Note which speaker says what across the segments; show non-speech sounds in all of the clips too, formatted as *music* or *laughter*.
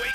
Speaker 1: Wake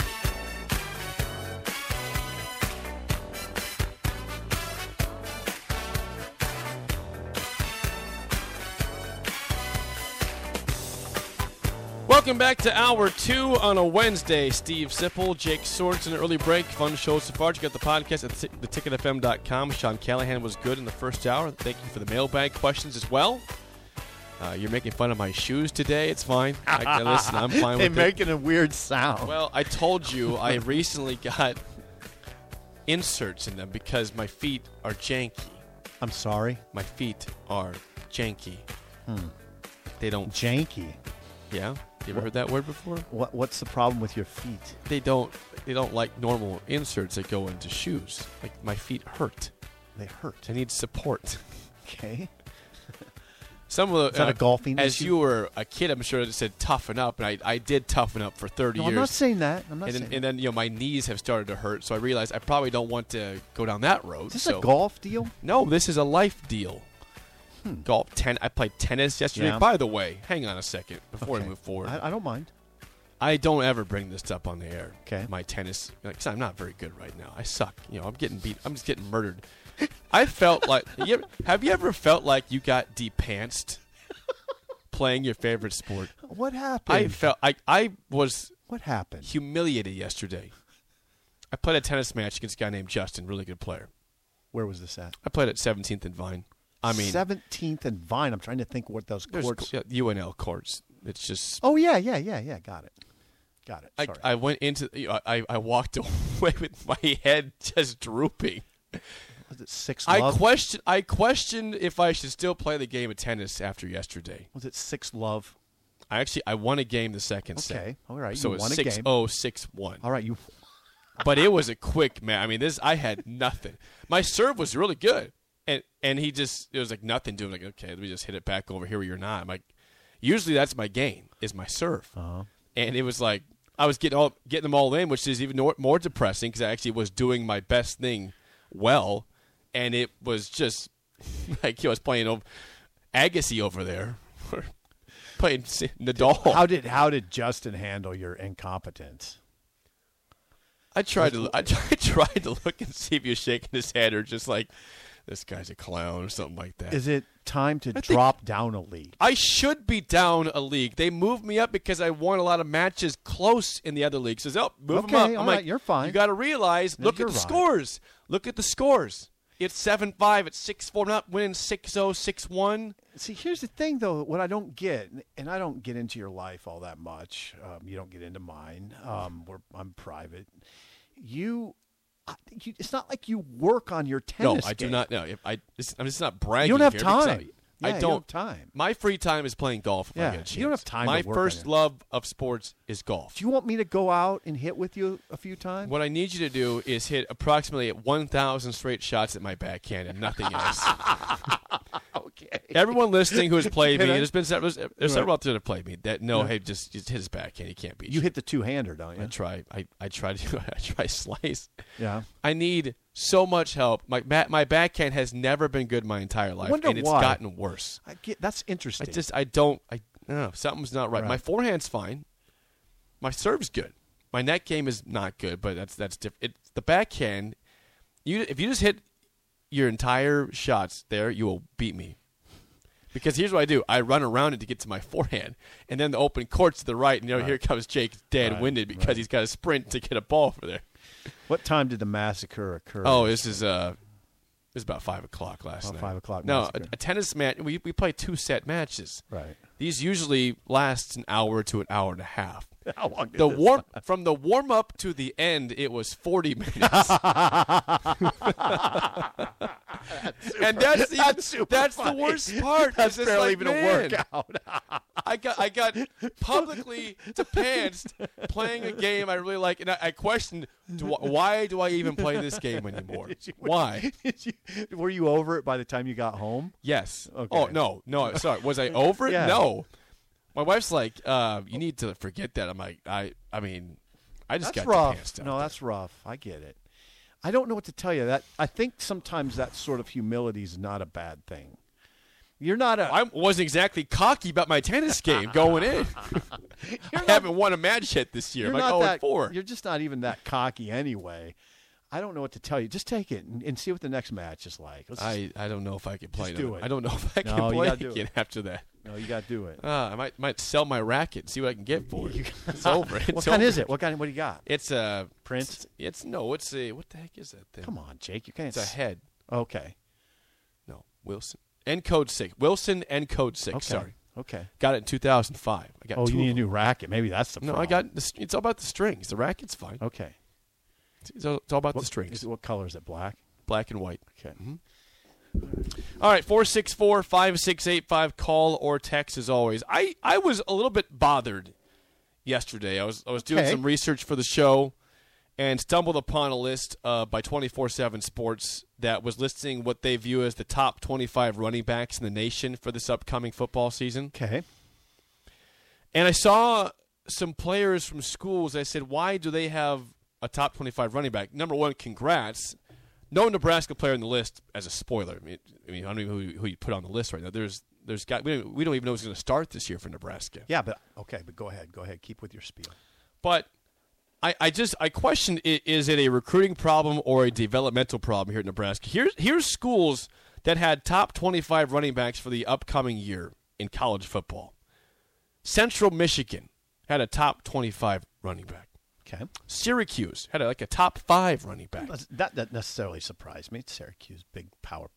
Speaker 2: Welcome back to hour two on a Wednesday. Steve Sipple, Jake Swords, an early break. Fun show so far. You got the podcast at t- theticketfm.com. Sean Callahan was good in the first hour. Thank you for the mailbag questions as well. Uh, you're making fun of my shoes today. It's fine. I, I- listen,
Speaker 3: *laughs*
Speaker 2: I'm fine
Speaker 3: They're
Speaker 2: with it.
Speaker 3: making a weird sound.
Speaker 2: Well, I told you I recently got inserts in them because my feet are janky.
Speaker 3: I'm sorry.
Speaker 2: My feet are janky. They don't.
Speaker 3: Janky.
Speaker 2: Yeah. You ever heard that word before?
Speaker 3: What, what's the problem with your feet?
Speaker 2: they don't they don't like normal inserts that go into shoes. Like my feet hurt.
Speaker 3: They hurt.
Speaker 2: I need support.
Speaker 3: Okay.
Speaker 2: Some of the uh,
Speaker 3: Is that a golfing
Speaker 2: As
Speaker 3: issue?
Speaker 2: you were a kid, I'm sure it said toughen up, and I, I did toughen up for 30
Speaker 3: No,
Speaker 2: years.
Speaker 3: I'm not saying that. I'm not
Speaker 2: and,
Speaker 3: saying
Speaker 2: then, and then you know my knees have started to hurt, so I realized I probably don't want to go down that road.
Speaker 3: Is this
Speaker 2: so.
Speaker 3: a golf deal?
Speaker 2: No, this is a life deal. Golf, ten. I played tennis yesterday.
Speaker 3: Hmm. Yeah.
Speaker 2: By the way, hang on a second before
Speaker 3: Okay.
Speaker 2: we move forward.
Speaker 3: I, I don't mind.
Speaker 2: I don't ever bring this up on the air.
Speaker 3: 'Kay.
Speaker 2: My tennis, because I'm not very good right now. I suck. You know, I'm getting beat. I'm just getting murdered. I felt like. *laughs* You ever- have you ever felt like you got depantsed playing your favorite sport?
Speaker 3: What happened?
Speaker 2: I felt. I I was
Speaker 3: what happened?
Speaker 2: humiliated yesterday. I played a tennis match against a guy named Justin, really good player.
Speaker 3: Where was this at?
Speaker 2: I played at 17th and Vine. I mean,
Speaker 3: 17th and Vine. I'm trying to think what those
Speaker 2: there's
Speaker 3: courts.
Speaker 2: yeah, UNL courts. It's just
Speaker 3: Oh yeah, yeah, yeah, yeah. Got it. Got it.
Speaker 2: I,
Speaker 3: Sorry.
Speaker 2: I went into you know, I I walked *laughs* away with my head just drooping.
Speaker 3: was it six
Speaker 2: I
Speaker 3: love?
Speaker 2: question I questioned if I should still play the game of tennis after yesterday.
Speaker 3: was it six love?
Speaker 2: I actually I won a game the second set.
Speaker 3: Okay, all right,
Speaker 2: So
Speaker 3: you
Speaker 2: it's
Speaker 3: won a game.
Speaker 2: six oh six one.
Speaker 3: All right, you.
Speaker 2: But it was a quick man. I mean, this I had nothing. My serve was really good, and and he just it was like nothing doing. Like okay, let me just hit it back over here where you're not. I'm like, usually that's my game is my serve, and it was like I was getting all getting them all in, which is even more, more depressing because I actually was doing my best thing well, and it was just *laughs* like I was playing over Agassi over there, *laughs* or playing S- Nadal.
Speaker 3: How did how did Justin handle your incompetence?
Speaker 2: I tried to. I tried, *laughs* I tried to look and see if he was shaking his head or just like, this guy's a clown or something like that.
Speaker 3: Is it time to
Speaker 2: think-
Speaker 3: drop down a league?
Speaker 2: I should be down a league. They moved me up because I won a lot of matches close in the other league. Says, oh, move 'em
Speaker 3: Okay,
Speaker 2: up. I'm
Speaker 3: all
Speaker 2: like,
Speaker 3: right, you're fine.
Speaker 2: You got to realize.
Speaker 3: Yeah,
Speaker 2: look at
Speaker 3: you're
Speaker 2: the
Speaker 3: right.
Speaker 2: scores. Look at the scores. It's seven five. It's six four. Not winning six zero six one.
Speaker 3: See, here's the thing, though. What I don't get, and- and I don't get into your life all that much. Um, you don't get into mine. Um, we're, I'm private. You, I, you, it's not like you work on your
Speaker 2: No,
Speaker 3: tennis.
Speaker 2: I do
Speaker 3: game.
Speaker 2: not. No, if I. This, I'm just not bragging.
Speaker 3: You don't have
Speaker 2: here because I-
Speaker 3: time. Yeah,
Speaker 2: I
Speaker 3: you
Speaker 2: don't,
Speaker 3: don't have time.
Speaker 2: My free time is playing golf. If I
Speaker 3: Yeah,
Speaker 2: get a chance.
Speaker 3: you don't have time to
Speaker 2: My
Speaker 3: work on
Speaker 2: first
Speaker 3: it.
Speaker 2: love of sports is golf.
Speaker 3: Do you want me to go out and hit with you a few times?
Speaker 2: What I need you to do is hit approximately 1,000 straight shots at my backhand and nothing else.
Speaker 3: *laughs* Okay.
Speaker 2: Everyone listening who has played me,
Speaker 3: Can I-
Speaker 2: there's been several, there's several out there that played me that no, hey, just, just hit his backhand. He can't beat you.
Speaker 3: You hit the two-hander, don't
Speaker 2: I
Speaker 3: you?
Speaker 2: try. I, I try to. *laughs* I try slice.
Speaker 3: Yeah.
Speaker 2: I need so much help. My ba- my backhand has never been good my entire life,
Speaker 3: wonder
Speaker 2: and it's
Speaker 3: why.
Speaker 2: gotten worse.
Speaker 3: I get, that's
Speaker 2: I
Speaker 3: interesting.
Speaker 2: just I don't I I don't know something's not right.
Speaker 3: Right.
Speaker 2: My forehand's fine. My serve's good. My net game is not good, but that's that's different. It, the backhand, you if you just hit your entire shots there, you will beat me. Because here's what I do: I run around it to get to my forehand, and then the open court's to the right, and you know, here comes Jake, dead
Speaker 3: Right,
Speaker 2: winded because
Speaker 3: right.
Speaker 2: he's got to sprint to get a ball over there.
Speaker 3: what time did the massacre occur?
Speaker 2: Oh, this is uh, this is about five o'clock last
Speaker 3: About
Speaker 2: night.
Speaker 3: five o'clock,
Speaker 2: No,
Speaker 3: nice,
Speaker 2: a,
Speaker 3: good.
Speaker 2: a tennis match. We we play two set matches.
Speaker 3: Right.
Speaker 2: These usually last an hour to an hour and
Speaker 3: *laughs*
Speaker 2: a half.
Speaker 3: How long did
Speaker 2: The
Speaker 3: this-
Speaker 2: warm from the
Speaker 3: *laughs*
Speaker 2: warm up to the end, it was forty minutes. *laughs* and that's the
Speaker 3: That's super
Speaker 2: that's
Speaker 3: funny.
Speaker 2: the worst part.
Speaker 3: That's
Speaker 2: is it's
Speaker 3: barely
Speaker 2: like,
Speaker 3: even
Speaker 2: man,
Speaker 3: a workout. *laughs*
Speaker 2: I got I got publicly depanced playing a game I really like, and I, I questioned do I, why do I even play this
Speaker 3: *laughs*
Speaker 2: game anymore? Why?
Speaker 3: Did you- were you over it by the time you got home?
Speaker 2: Yes.
Speaker 3: Okay.
Speaker 2: Oh no, no. Sorry, was I over it?
Speaker 3: Yeah.
Speaker 2: No. My wife's like, uh, you need to forget that. I'm like, I I mean, I just
Speaker 3: That's
Speaker 2: got
Speaker 3: rough.
Speaker 2: depanced. out
Speaker 3: No,
Speaker 2: there.
Speaker 3: that's rough. I get it. I don't know what to tell you. That I think sometimes that sort of humility is not a bad thing. You're not a.
Speaker 2: I wasn't exactly cocky about my tennis game
Speaker 3: *laughs*
Speaker 2: going in. *laughs* I haven't won a match yet this year.
Speaker 3: you're
Speaker 2: I'm like
Speaker 3: not
Speaker 2: 0
Speaker 3: that.
Speaker 2: four.
Speaker 3: You're just not even that cocky anyway. I don't know what to tell you. Just take it and, and see what the next match is like. Let's just-
Speaker 2: I, I don't know if I can play.
Speaker 3: Just do
Speaker 2: another-
Speaker 3: it.
Speaker 2: I don't know if I can
Speaker 3: No, you
Speaker 2: play
Speaker 3: gotta do it.
Speaker 2: again after that.
Speaker 3: no, you got to do it.
Speaker 2: Uh, I might might sell my racket and see what I can get for it.
Speaker 3: *laughs*
Speaker 2: It's over. It's
Speaker 3: what kind
Speaker 2: over.
Speaker 3: is it? What kind? What do you got?
Speaker 2: It's a
Speaker 3: Prince?
Speaker 2: It's, it's- no. It's a what the heck is that thing?
Speaker 3: Come on, Jake. You can't.
Speaker 2: It's a head.
Speaker 3: Okay.
Speaker 2: No, Wilson. End code six. Wilson end code six.
Speaker 3: Okay.
Speaker 2: Sorry,
Speaker 3: Okay.
Speaker 2: got it in 2005. I got
Speaker 3: Oh,
Speaker 2: two
Speaker 3: you need a
Speaker 2: of them.
Speaker 3: new racket. Maybe that's the
Speaker 2: No,
Speaker 3: problem.
Speaker 2: I got. The, str- it's all about the strings. The racket's fine.
Speaker 3: Okay.
Speaker 2: It's all, it's all about the
Speaker 3: Is
Speaker 2: strings. Mm-hmm.
Speaker 3: it, what color is it? Black.
Speaker 2: Black and white.
Speaker 3: Okay.
Speaker 2: All right, 464 5685. Call or text as always. I, I was a little bit bothered yesterday. I was, I was doing
Speaker 3: Okay.
Speaker 2: some research for the show and stumbled upon a list uh, by 24 7 Sports that was listing what they view as the top 25 running backs in the nation for this upcoming football season.
Speaker 3: Okay.
Speaker 2: And I saw some players from schools. I said, why do they have a top 25 running back? Number one, congrats. No Nebraska player on the list as a spoiler. I mean, I, mean, I don't even know who, who you put on the list right now. There's, there's got, we, don't, we don't even know who's going to start this year for Nebraska.
Speaker 3: Yeah, but okay. But go ahead. Go ahead. Keep with your spiel.
Speaker 2: But I, I just I question i- is it a recruiting problem or a developmental problem here at Nebraska? Here's here's schools that had top 25 running backs for the upcoming year in college football. Central Michigan had a top 25 running back.
Speaker 3: Okay.
Speaker 2: Syracuse had a, like a top five running back.
Speaker 3: That's- That that necessarily surprised me. It's Syracuse, big power.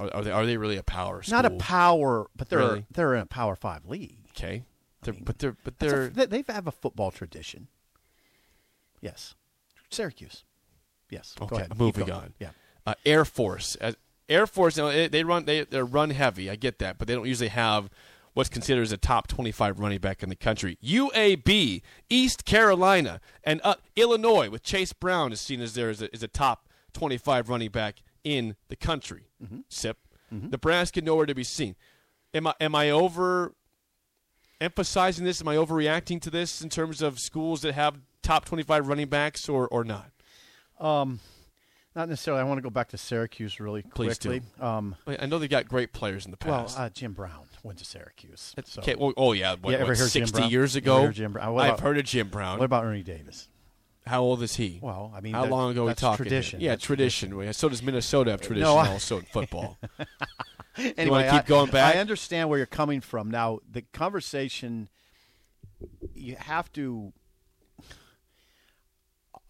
Speaker 2: Are, are they are they really a power school?
Speaker 3: Not a power, but they're
Speaker 2: Really?
Speaker 3: they're in a power five league.
Speaker 2: Okay, they're, but they're but
Speaker 3: That's
Speaker 2: they're
Speaker 3: a, they they have a football tradition. Yes, Syracuse. Yes.
Speaker 2: Okay,
Speaker 3: Go ahead. Keep
Speaker 2: moving
Speaker 3: going.
Speaker 2: on.
Speaker 3: Yeah.
Speaker 2: uh, Air Force. As, Air Force. Now they, they run. They they run heavy. I get that, but they don't usually have what's considered as a top twenty-five running back in the country. UAB, East Carolina, and uh, Illinois with Chase Brown is seen as there is a, is a top twenty-five running back in the country.
Speaker 3: Mm-hmm.
Speaker 2: Sip. Nebraska nowhere to be seen. Am I am I over emphasizing this? Am I overreacting to this in terms of schools that have top twenty-five running backs or or not?
Speaker 3: Not necessarily. I want to go back to Syracuse really
Speaker 2: Please
Speaker 3: quickly. Um,
Speaker 2: I I know they got great players in the
Speaker 3: well,
Speaker 2: past.
Speaker 3: uh, Jim Brown went to Syracuse. So.
Speaker 2: Okay. Well, oh yeah. What,
Speaker 3: Yeah, ever
Speaker 2: what,
Speaker 3: heard Jim
Speaker 2: Sixty
Speaker 3: Brown?
Speaker 2: years
Speaker 3: Ever
Speaker 2: ago.
Speaker 3: heard Jim Brown? What
Speaker 2: I've
Speaker 3: about-
Speaker 2: heard of Jim Brown.
Speaker 3: What about Ernie Davis?
Speaker 2: How old is he?
Speaker 3: Well, I mean,
Speaker 2: how
Speaker 3: that-
Speaker 2: long ago we
Speaker 3: that's
Speaker 2: talking?
Speaker 3: tradition.
Speaker 2: Yeah,
Speaker 3: That's
Speaker 2: tradition. Well, yeah, So does Minnesota have tradition
Speaker 3: I-
Speaker 2: also in
Speaker 3: *laughs*
Speaker 2: football.
Speaker 3: anyway,
Speaker 2: keep
Speaker 3: I,
Speaker 2: going back?
Speaker 3: I understand where you're coming from. Now, the conversation you have to.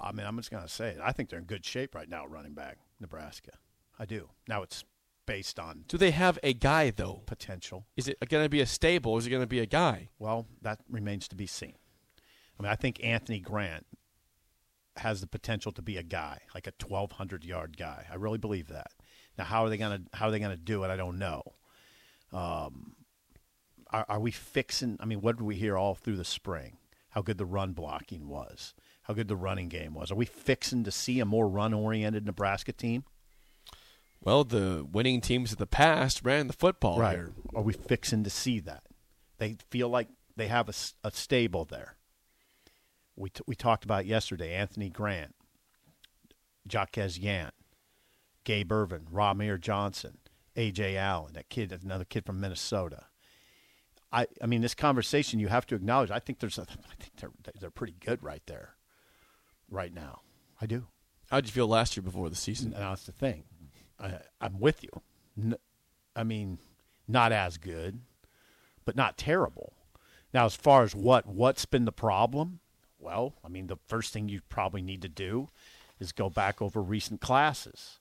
Speaker 3: I mean, I'm just going to say it. I think they're in good shape right now, running back Nebraska. I do. Now it's based on
Speaker 2: Do they have a guy though?
Speaker 3: potential.
Speaker 2: Is it going to be a stable? Is it going to be a guy?
Speaker 3: Well, that remains to be seen. I mean, I think Anthony Grant has the potential to be a guy, like a 1200 yard guy. I really believe that. Now, how are they going to how are they going to do it? I don't know. Um, are, are we fixing? I mean, what did we hear all through the spring? How good the run blocking was. How good the running game was. Are we fixing to see a more run oriented Nebraska team?
Speaker 2: Well, the winning teams of the past ran the football here.
Speaker 3: Are we fixing to see that? They feel like they have a, s- a stable there. We, t- we talked about yesterday Anthony Grant, Jaquez Yant, Gabe Irvin, Ramir Johnson, A.J. Allen, that kid, another kid from Minnesota. I, I mean, this conversation you have to acknowledge. I think there's, a, I think they're they're pretty good right there, right now. I do.
Speaker 2: How'd you feel last year before the season?
Speaker 3: And that's the thing. I, I'm with you. N- I mean, not as good, but not terrible. Now, as far as what what's been the problem, well, I mean, the first thing you probably need to do is go back over recent classes,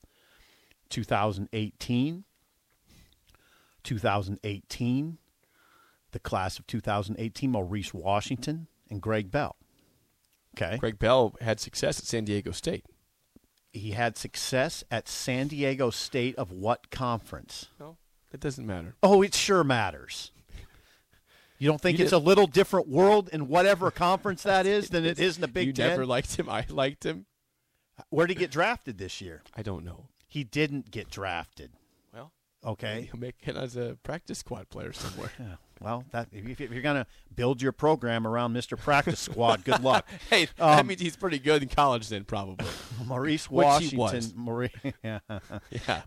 Speaker 3: 2018, 2018, the class of 2018, Maurice Washington and Greg Bell. Okay,
Speaker 2: Craig Bell had success at San Diego State.
Speaker 3: He had success at San Diego State of what conference?
Speaker 2: No, it doesn't matter.
Speaker 3: Oh, it sure matters. You don't think
Speaker 2: You
Speaker 3: it's
Speaker 2: did-
Speaker 3: a little different world in whatever conference that is than it is
Speaker 2: *laughs*
Speaker 3: in the Big
Speaker 2: you
Speaker 3: Ten?
Speaker 2: never liked him. I liked him.
Speaker 3: Where'd he get drafted this year?
Speaker 2: I don't know.
Speaker 3: He didn't get drafted.
Speaker 2: Well, *laughs*
Speaker 3: Okay.
Speaker 2: he'll make it as a practice squad player somewhere.
Speaker 3: *laughs* Yeah. Well, that if, if you're going to build your program around Mr. Practice Squad, good luck.
Speaker 2: hey, that
Speaker 3: Um,
Speaker 2: means he's pretty good in college
Speaker 3: *laughs*
Speaker 2: then, probably.
Speaker 3: Maurice
Speaker 2: Which he
Speaker 3: Washington. *laughs* Maurice,
Speaker 2: yeah.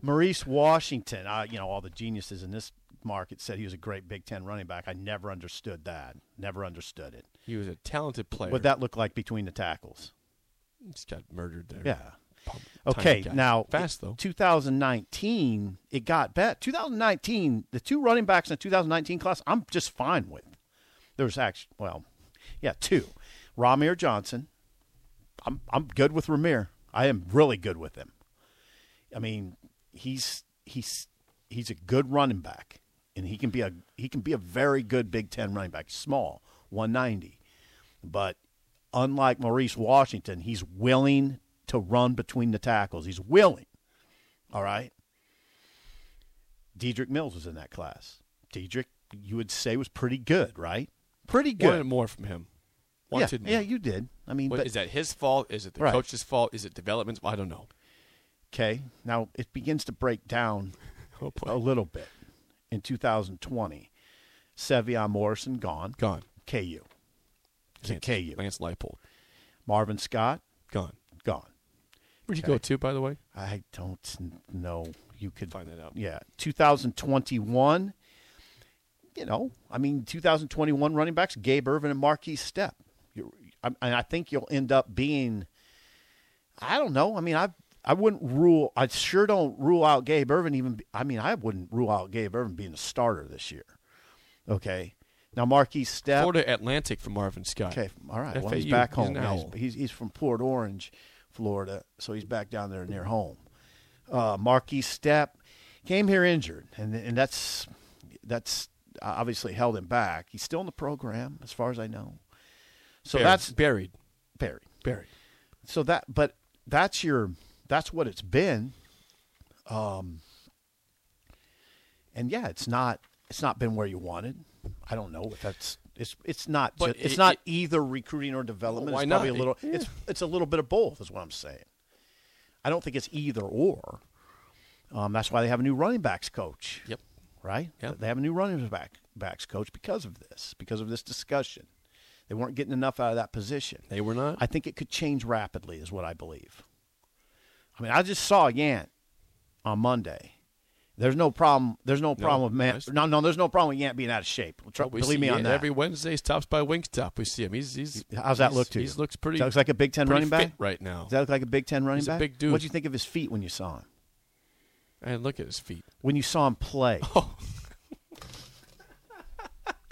Speaker 3: Maurice Washington. Uh, you know, all the geniuses in this market said he was a great Big Ten running back. I never understood that. Never understood it.
Speaker 2: He was a talented player.
Speaker 3: What that looked like between the tackles.
Speaker 2: just got murdered there.
Speaker 3: Yeah.
Speaker 2: Pump-
Speaker 3: Okay,
Speaker 2: tiny guy.
Speaker 3: now
Speaker 2: fast
Speaker 3: it-
Speaker 2: though.
Speaker 3: 2019, it got better. 2019, the two running backs in the 2019 class, I'm just fine with. There was actually, well, yeah, two, Ramir Johnson. I'm I'm good with Ramir. I am really good with him. I mean, he's he's he's a good running back, and he can be a he can be a very good Big Ten running back. Small, 190, but unlike Maurice Washington, he's willing to run between the tackles. He's willing. All right. Dedrick Mills was in that class. Dedrick, you would say, was pretty good, right? Pretty good.
Speaker 2: Wanted more from him. Wanted
Speaker 3: yeah, yeah,
Speaker 2: more.
Speaker 3: you did. I mean,
Speaker 2: What-
Speaker 3: but,
Speaker 2: is that his fault? Is it the
Speaker 3: Right.
Speaker 2: coach's fault? Is it development's I don't know. *laughs*
Speaker 3: okay. Now it begins to break down
Speaker 2: Oh, boy.
Speaker 3: a little bit in 2020. Sevion Morrison gone.
Speaker 2: Gone.
Speaker 3: KU. It's a
Speaker 2: Lance-
Speaker 3: KU.
Speaker 2: Lance Leipold.
Speaker 3: Marvin Scott
Speaker 2: Gone.
Speaker 3: gone.
Speaker 2: Where'd you
Speaker 3: Okay.
Speaker 2: go to, by the way?
Speaker 3: I don't n- know. You could
Speaker 2: Find that out.
Speaker 3: Yeah, 2021. You know, I mean, 2021 running backs: Gabe Irvin and Marquise Step. You're, I, and I think you'll end up being. I don't know. I mean, I I wouldn't rule. I sure don't rule out Gabe Irvin. Even be- I mean, I wouldn't rule out Gabe Irvin being a starter this year. Okay, now Marquise Step.
Speaker 2: Florida Atlantic from Marvin Scott.
Speaker 3: Okay, all right. Well, he's
Speaker 2: FAU.
Speaker 3: back
Speaker 2: He's
Speaker 3: home
Speaker 2: an
Speaker 3: now.
Speaker 2: owl.
Speaker 3: He's, he's, he's from Port Orange, Florida, so he's back down there near home. Uh, Marquis Step came here injured, and and that's that's obviously held him back. He's still in the program, as far as I know. So
Speaker 2: Buried.
Speaker 3: that's
Speaker 2: buried.
Speaker 3: Perry.
Speaker 2: Buried.
Speaker 3: So that, but that's your that's what it's been. Um, and yeah, it's not it's not been where you wanted. I don't know if that's it's it's not
Speaker 2: But
Speaker 3: ju- it's
Speaker 2: it-
Speaker 3: not
Speaker 2: it-
Speaker 3: either recruiting or development.
Speaker 2: Why
Speaker 3: it's probably
Speaker 2: not?
Speaker 3: a little it's it's a little bit of both is what I'm saying. I don't think it's either or. Um, that's why they have a new running backs coach
Speaker 2: Yep.
Speaker 3: right?
Speaker 2: Yep.
Speaker 3: They have a new running back backs coach because of this, because of this discussion. They weren't getting enough out of that position.
Speaker 2: They were not.
Speaker 3: I think it could change rapidly, is what I believe. I mean, I just saw Yant on Monday. There's no problem. There's no problem with man.
Speaker 2: that's-
Speaker 3: No, no. There's no problem with Yant being out of shape. Tr-
Speaker 2: But we
Speaker 3: believe
Speaker 2: see
Speaker 3: me on
Speaker 2: it
Speaker 3: that.
Speaker 2: Every Wednesday, he stops by Wingstop. We see him. He's he's.
Speaker 3: How's that
Speaker 2: he's-
Speaker 3: look to you?
Speaker 2: He looks pretty.
Speaker 3: Does that look like a Big Ten
Speaker 2: pretty
Speaker 3: running back
Speaker 2: fit right now.
Speaker 3: Does that look like a Big Ten running
Speaker 2: He's a
Speaker 3: back?
Speaker 2: big dude.
Speaker 3: What do you think of his feet when you saw him?
Speaker 2: and look at his feet. *laughs*
Speaker 3: When you saw him play?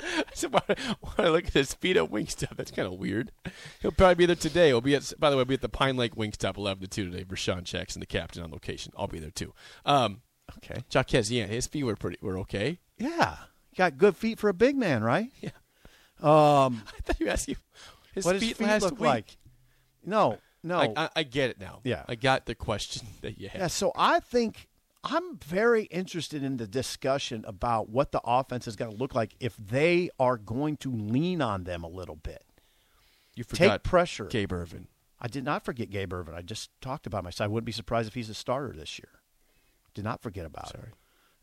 Speaker 2: I said, why, why do I look at his feet at Wingstop? That's kind of weird. He'll probably be there today. He'll be at. By the way, I'll be at the Pine Lake Wingstop 11 to 2 today. Rashawn Jackson, the captain, on location. I'll be there too. Um,
Speaker 3: Okay.
Speaker 2: Jaquez, yeah, his feet were pretty. Were okay. *laughs*
Speaker 3: Yeah. You got good feet for a big man, right?
Speaker 2: Yeah.
Speaker 3: Um.
Speaker 2: I thought you were asking his
Speaker 3: what
Speaker 2: feet
Speaker 3: his feet
Speaker 2: last
Speaker 3: look
Speaker 2: week.
Speaker 3: like. No, no.
Speaker 2: Like, uh, I, I get it now.
Speaker 3: Yeah.
Speaker 2: I got the question *laughs* that you had.
Speaker 3: yeah, so I think I'm very interested in the discussion about what the offense is going to look like if they are going to lean on them a little bit.
Speaker 2: You
Speaker 3: Take
Speaker 2: forgot
Speaker 3: pressure.
Speaker 2: Gabe Irvin.
Speaker 3: I did not forget Gabe Irvin. I just talked about him. I said I wouldn't be surprised if he's a starter this year. Did not forget about
Speaker 2: Sorry.
Speaker 3: him.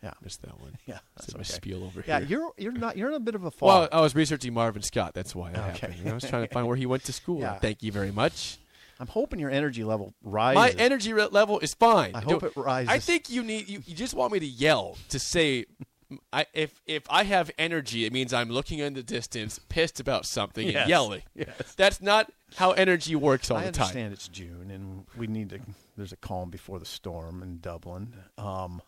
Speaker 3: Yeah.
Speaker 2: Missed that one.
Speaker 3: *laughs* Yeah,
Speaker 2: It's
Speaker 3: that's
Speaker 2: a
Speaker 3: okay.
Speaker 2: spiel over
Speaker 3: Yeah,
Speaker 2: here.
Speaker 3: you're you're not you're in a bit of a fall.
Speaker 2: Well, I was researching Marvin Scott. That's why that
Speaker 3: Okay.
Speaker 2: happened. I was trying to find where he went to
Speaker 3: *laughs*
Speaker 2: school.
Speaker 3: Yeah.
Speaker 2: Thank you very much.
Speaker 3: I'm hoping your energy level rises.
Speaker 2: My energy re- level is fine.
Speaker 3: I hope
Speaker 2: Do-
Speaker 3: it rises.
Speaker 2: I think you need. You, you just want me to yell to say. I, if if I have energy, it means I'm looking in the distance, pissed about something,
Speaker 3: Yes.
Speaker 2: and yelling.
Speaker 3: Yes.
Speaker 2: That's not how energy works all
Speaker 3: I
Speaker 2: the time.
Speaker 3: understand it's June and we need to. There's a calm before the storm in Dublin. Um,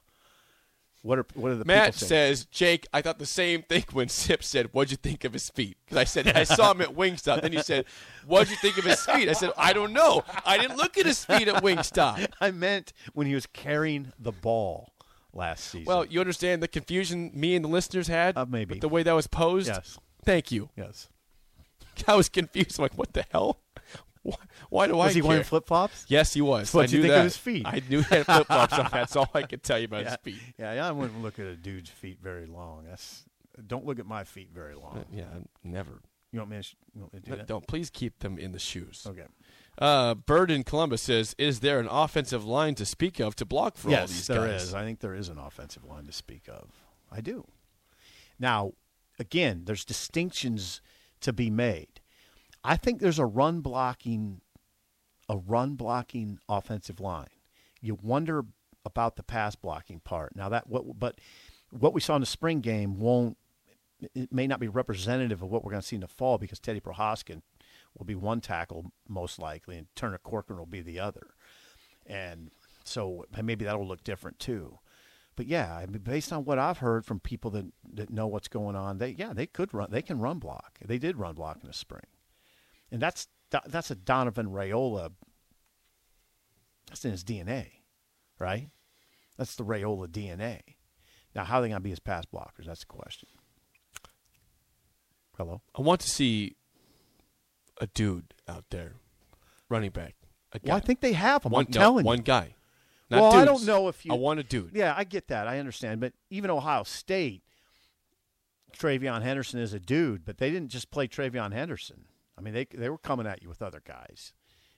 Speaker 3: what are what are the
Speaker 2: Matt
Speaker 3: people saying?
Speaker 2: says, Jake, I thought the same thing when Sip said, What'd you think of his feet? Because I said, I saw him at Wingstop. Then he said, What'd you think of his feet? I said, I don't know. I didn't look at his feet at Wingstop.
Speaker 3: *laughs* I meant when he was carrying the ball last season.
Speaker 2: Well, you understand the confusion me and the listeners had?
Speaker 3: Uh, maybe.
Speaker 2: With the way that was posed?
Speaker 3: Yes.
Speaker 2: *laughs* Thank you.
Speaker 3: yes,
Speaker 2: I was confused. I'm like, What the hell? *laughs* Why, why do I
Speaker 3: Was he
Speaker 2: care?
Speaker 3: wearing flip flops?
Speaker 2: *laughs* Yes, he was.
Speaker 3: What'd
Speaker 2: I
Speaker 3: you
Speaker 2: knew
Speaker 3: think of
Speaker 2: that.
Speaker 3: his feet?
Speaker 2: I knew he had flip
Speaker 3: *laughs*
Speaker 2: flops on. That's all I could tell you about his feet.
Speaker 3: Yeah, yeah, I wouldn't look at a dude's feet very long. That's don't look at my feet very long.
Speaker 2: Yeah, never.
Speaker 3: You want me to, sh- you want me to do
Speaker 2: Uh, No,
Speaker 3: that?
Speaker 2: Don't please keep them in the shoes.
Speaker 3: Okay.
Speaker 2: Uh, Bird in Columbus says, "Is there an offensive line to speak of to block for all
Speaker 3: yes,
Speaker 2: these
Speaker 3: there
Speaker 2: guys?"
Speaker 3: is. I think there is an offensive line to speak of. I do. Now, again, there's distinctions to be made. I think there's a run blocking, a run blocking offensive line. You wonder about the pass blocking part. Now that what, but what we saw in the spring game won't. It may not be representative of what we're going to see in the fall because Teddy Prohaskin will be one tackle most likely, and Turner Corcoran will be the other and so maybe that'll look different too. But yeah, I mean, based on what I've heard from people that that know what's going on, they yeah they could run they can run block. They did run block in the spring, and that's that's a Donovan Rayola. That's in his DNA, right? That's the Rayola DNA. Now, how are they going to be his pass blockers? That's the question. Hello.
Speaker 2: I want to see a dude out there, running back. A guy.
Speaker 3: Well, I think they have them.
Speaker 2: one,
Speaker 3: I'm
Speaker 2: no,
Speaker 3: telling you.
Speaker 2: one guy. Not
Speaker 3: Well, I don't
Speaker 2: dudes.
Speaker 3: know if you-
Speaker 2: I want a dude.
Speaker 3: Yeah, I get that. I understand. But even Ohio State, Travion Henderson is a dude, but they didn't just play Travion Henderson. I mean, they they were coming at you with other guys.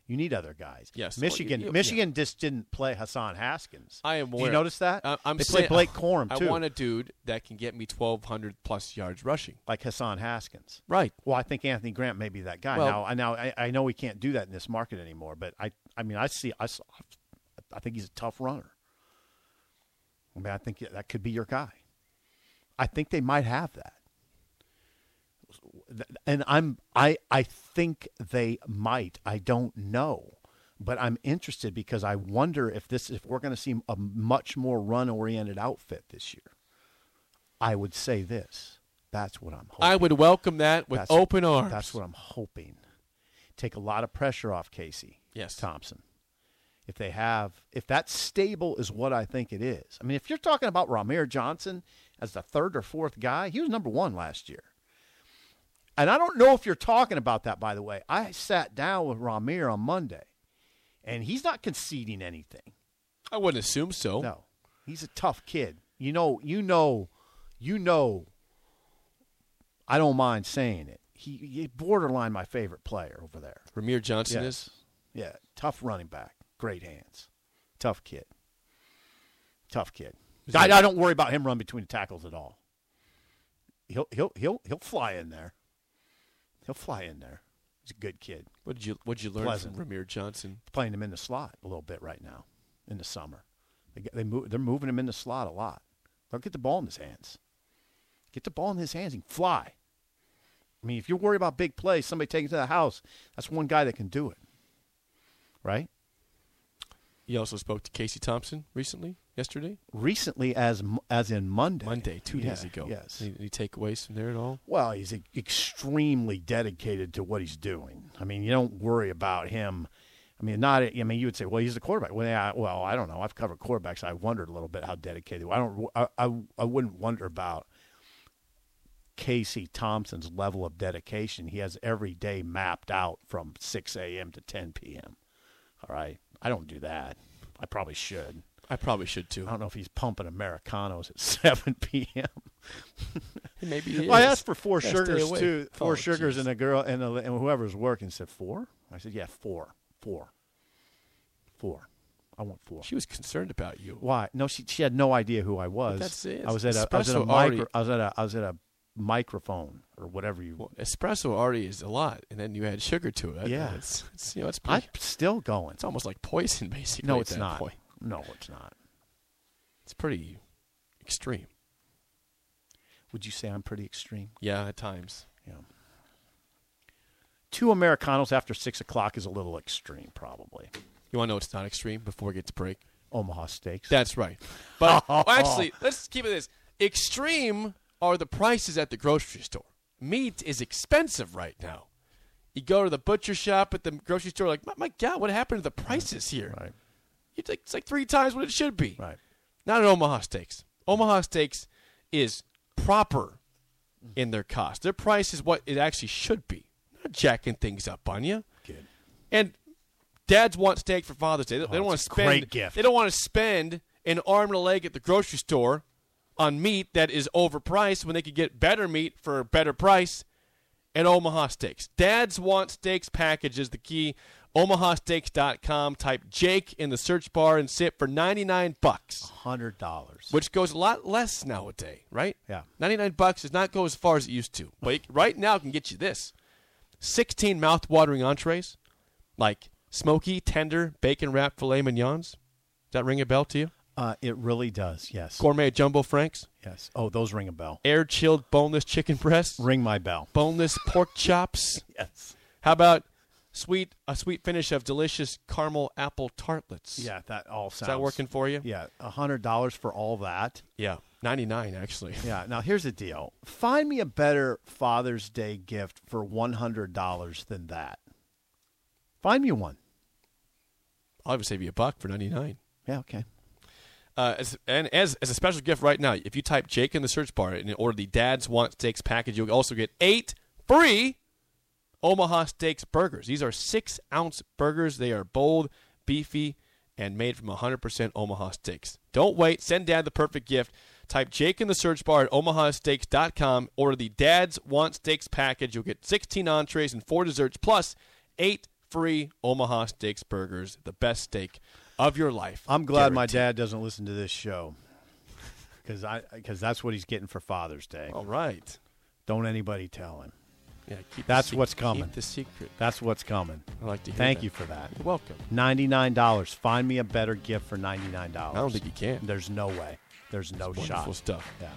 Speaker 3: You need other guys.
Speaker 2: Yes.
Speaker 3: Michigan.
Speaker 2: Well, you- you-
Speaker 3: Michigan just didn't play Hassan Haskins.
Speaker 2: I am
Speaker 3: Did
Speaker 2: aware.
Speaker 3: you notice that?
Speaker 2: I, am
Speaker 3: they
Speaker 2: saying,
Speaker 3: played Blake Corum too,
Speaker 2: I want a dude that can get me 1,200 plus yards rushing.
Speaker 3: like Hassan Haskins.
Speaker 2: Right.
Speaker 3: Well, I think Anthony Grant may be that guy.
Speaker 2: Well-
Speaker 3: now, I now I, I know we can't do that in this market anymore, but I I mean I see I s- I think he's a tough runner. I mean, I think that could be your guy. I think they might have that. And I'm I I think they might. I don't know. But I'm interested because I wonder if this if we're going to see a much more run oriented outfit this year. I would say this. That's what I'm hoping.
Speaker 2: I would welcome that with
Speaker 3: That's-
Speaker 2: open arms.
Speaker 3: That's what I'm hoping. Take a lot of pressure off Casey.
Speaker 2: Yes.
Speaker 3: Thompson. If they have, if that stable is what I think it is. I mean, if you're talking about Ramir Johnson as the third or fourth guy, he was number one last year. And I don't know if you're talking about that, by the way. I sat down with Ramir on Monday, and he's not conceding anything.
Speaker 2: I wouldn't assume so.
Speaker 3: No, he's a tough kid. You know, you know, you know. I don't mind saying it. He, he borderline my favorite player over there.
Speaker 2: Ramir Johnson is.
Speaker 3: Yeah, tough running back, great hands, tough kid, tough kid.
Speaker 2: Is
Speaker 3: I,
Speaker 2: that-
Speaker 3: I don't worry about him running between the tackles at all. He'll he'll he'll he'll fly in there. He'll fly in there. He's a good kid.
Speaker 2: What did you What did you learn
Speaker 3: Pleasant.
Speaker 2: from Ramir Johnson?
Speaker 3: Playing him in the slot a little bit right now in the summer. They get- they move, they're moving him in the slot a lot. They'll get the ball in his hands. Get the ball in his hands and fly. I mean, if you're worried about big plays, somebody taking it to the house, that's one guy that can do it. Right?
Speaker 2: You also spoke to Casey Thompson recently, yesterday,
Speaker 3: recently as as in Monday.
Speaker 2: Monday, two days
Speaker 3: Yeah,
Speaker 2: ago.
Speaker 3: Yes.
Speaker 2: Any, any takeaways from there at all?
Speaker 3: Well, he's e- extremely dedicated to what he's doing. I mean, you don't worry about him. I mean, not. I mean, you would say, well, he's the quarterback. Well, yeah, well, I don't know. I've covered quarterbacks. I wondered a little bit how dedicated. I don't. I, I, I wouldn't wonder about Casey Thompson's level of dedication. He has every day mapped out from 6 a.m. to 10 p.m. All right. I don't do that. I probably should.
Speaker 2: I probably should too.
Speaker 3: I don't know if he's pumping Americanos at *laughs* 7 p.m.
Speaker 2: Maybe he
Speaker 3: Well, I
Speaker 2: is.
Speaker 3: asked for four
Speaker 2: Yeah, stay
Speaker 3: sugars
Speaker 2: awake.
Speaker 3: too. Four
Speaker 2: Oh,
Speaker 3: sugars
Speaker 2: jeez.
Speaker 3: and a girl and, a, and whoever's working said four. I said yeah, four, four, four. I want four.
Speaker 2: She was concerned about you.
Speaker 3: Why? No, she she had no idea who I was.
Speaker 2: that's it.
Speaker 3: I was at a I was at a
Speaker 2: Espresso already-
Speaker 3: micro, I was at a I was at a microphone or whatever you.
Speaker 2: Well, espresso already is a lot, and then you add sugar to it.
Speaker 3: Yeah.
Speaker 2: it's, it's you know it's
Speaker 3: I'm
Speaker 2: pretty,
Speaker 3: still going.
Speaker 2: it's almost like poison *laughs* basically.
Speaker 3: no,
Speaker 2: at
Speaker 3: it's
Speaker 2: that
Speaker 3: not.
Speaker 2: Point.
Speaker 3: No, it's not.
Speaker 2: It's pretty extreme.
Speaker 3: Would you say I'm pretty extreme?
Speaker 2: Yeah, at times.
Speaker 3: Yeah. Two Americanos after six o'clock is a little extreme, probably.
Speaker 2: You want to know it's not extreme before we get to break?
Speaker 3: Omaha steaks.
Speaker 2: That's right.
Speaker 3: *laughs*
Speaker 2: But well, actually, let's keep it this. Extreme are the prices at the grocery store. Meat is expensive right now. You go to the butcher shop at the grocery store, like, my, my God, what happened to the prices here?
Speaker 3: right.
Speaker 2: It's like, it's like three times what it should be.
Speaker 3: Right.
Speaker 2: Not at Omaha Steaks. Omaha Steaks is proper in their cost. Their price is what it actually should be. Not jacking things up on you.
Speaker 3: Good.
Speaker 2: And dads want steak for Father's Day. They they don't want to
Speaker 3: Oh, it's a
Speaker 2: spend.
Speaker 3: great gift.
Speaker 2: They don't want to spend an arm and a leg at the grocery store on meat that is overpriced when they could get better meat for a better price at Omaha Steaks. Dads want steaks package is the key. OmahaSteaks.com. Type Jake in the search bar and sit for ninety nine bucks,
Speaker 3: Hundred dollars.
Speaker 2: which goes a lot less nowadays, right?
Speaker 3: Yeah.
Speaker 2: ninety nine bucks does not go as far as it used to, but it- right now it can get you this: sixteen mouth-watering entrees, like smoky, tender bacon wrapped filet mignons. Does that ring a bell to you?
Speaker 3: Uh, it really does. Yes.
Speaker 2: Gourmet jumbo franks,
Speaker 3: yes. Oh, those ring a bell.
Speaker 2: air-chilled boneless chicken breasts,
Speaker 3: Ring my bell.
Speaker 2: boneless pork chops.
Speaker 3: Yes.
Speaker 2: How about sweet a sweet finish of delicious caramel apple tartlets?
Speaker 3: Yeah, that all sounds.
Speaker 2: Is that working for you?
Speaker 3: Yeah, hundred dollars for all that.
Speaker 2: Yeah. 99 actually. *laughs*
Speaker 3: Yeah. Now here's the deal. Find me a better Father's Day gift for one hundred dollars than that. Find me one.
Speaker 2: I'll even save you a buck for 99.
Speaker 3: Yeah. Okay.
Speaker 2: Uh, as, and as, as a special gift right now, if you type Jake in the search bar and order the Dad's Want Steaks package, you'll also get eight free Omaha Steaks burgers. These are six ounce burgers. They are bold, beefy, and made from 100% Omaha Steaks. Don't wait. Send Dad the perfect gift. Type Jake in the search bar at omahasteaks.com. Order the Dad's Want Steaks package. You'll get 16 entrees and four desserts, plus eight free Omaha Steaks burgers. The best steak of your life.
Speaker 3: I'm glad my
Speaker 2: Guaranteed.
Speaker 3: dad doesn't listen to this show. Because I, because that's what he's getting for Father's Day.
Speaker 2: All right.
Speaker 3: Don't anybody tell him.
Speaker 2: Yeah, keep
Speaker 3: That's
Speaker 2: the sec-
Speaker 3: what's coming.
Speaker 2: Keep the secret.
Speaker 3: That's what's coming.
Speaker 2: I like to hear
Speaker 3: Thank
Speaker 2: that.
Speaker 3: you for that.
Speaker 2: You're welcome.
Speaker 3: Ninety-nine dollars. Find me a better gift for ninety-nine dollars.
Speaker 2: I don't think you can.
Speaker 3: There's no way. There's no
Speaker 2: Wonderful
Speaker 3: shot.
Speaker 2: stuff.
Speaker 3: Yeah.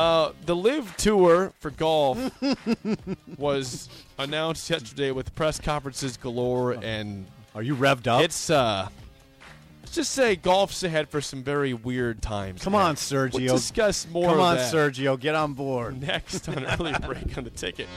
Speaker 2: Uh, the live tour
Speaker 3: *laughs*
Speaker 2: for golf was announced yesterday with press conferences galore, and
Speaker 3: Are you revved Oh. up?
Speaker 2: it's uh, let's just say golf's ahead for some very weird times.
Speaker 3: Come
Speaker 2: ahead.
Speaker 3: on, Sergio.
Speaker 2: We'll discuss more.
Speaker 3: Come
Speaker 2: of
Speaker 3: on,
Speaker 2: that
Speaker 3: Sergio. Get on board.
Speaker 2: Next on early break on the ticket.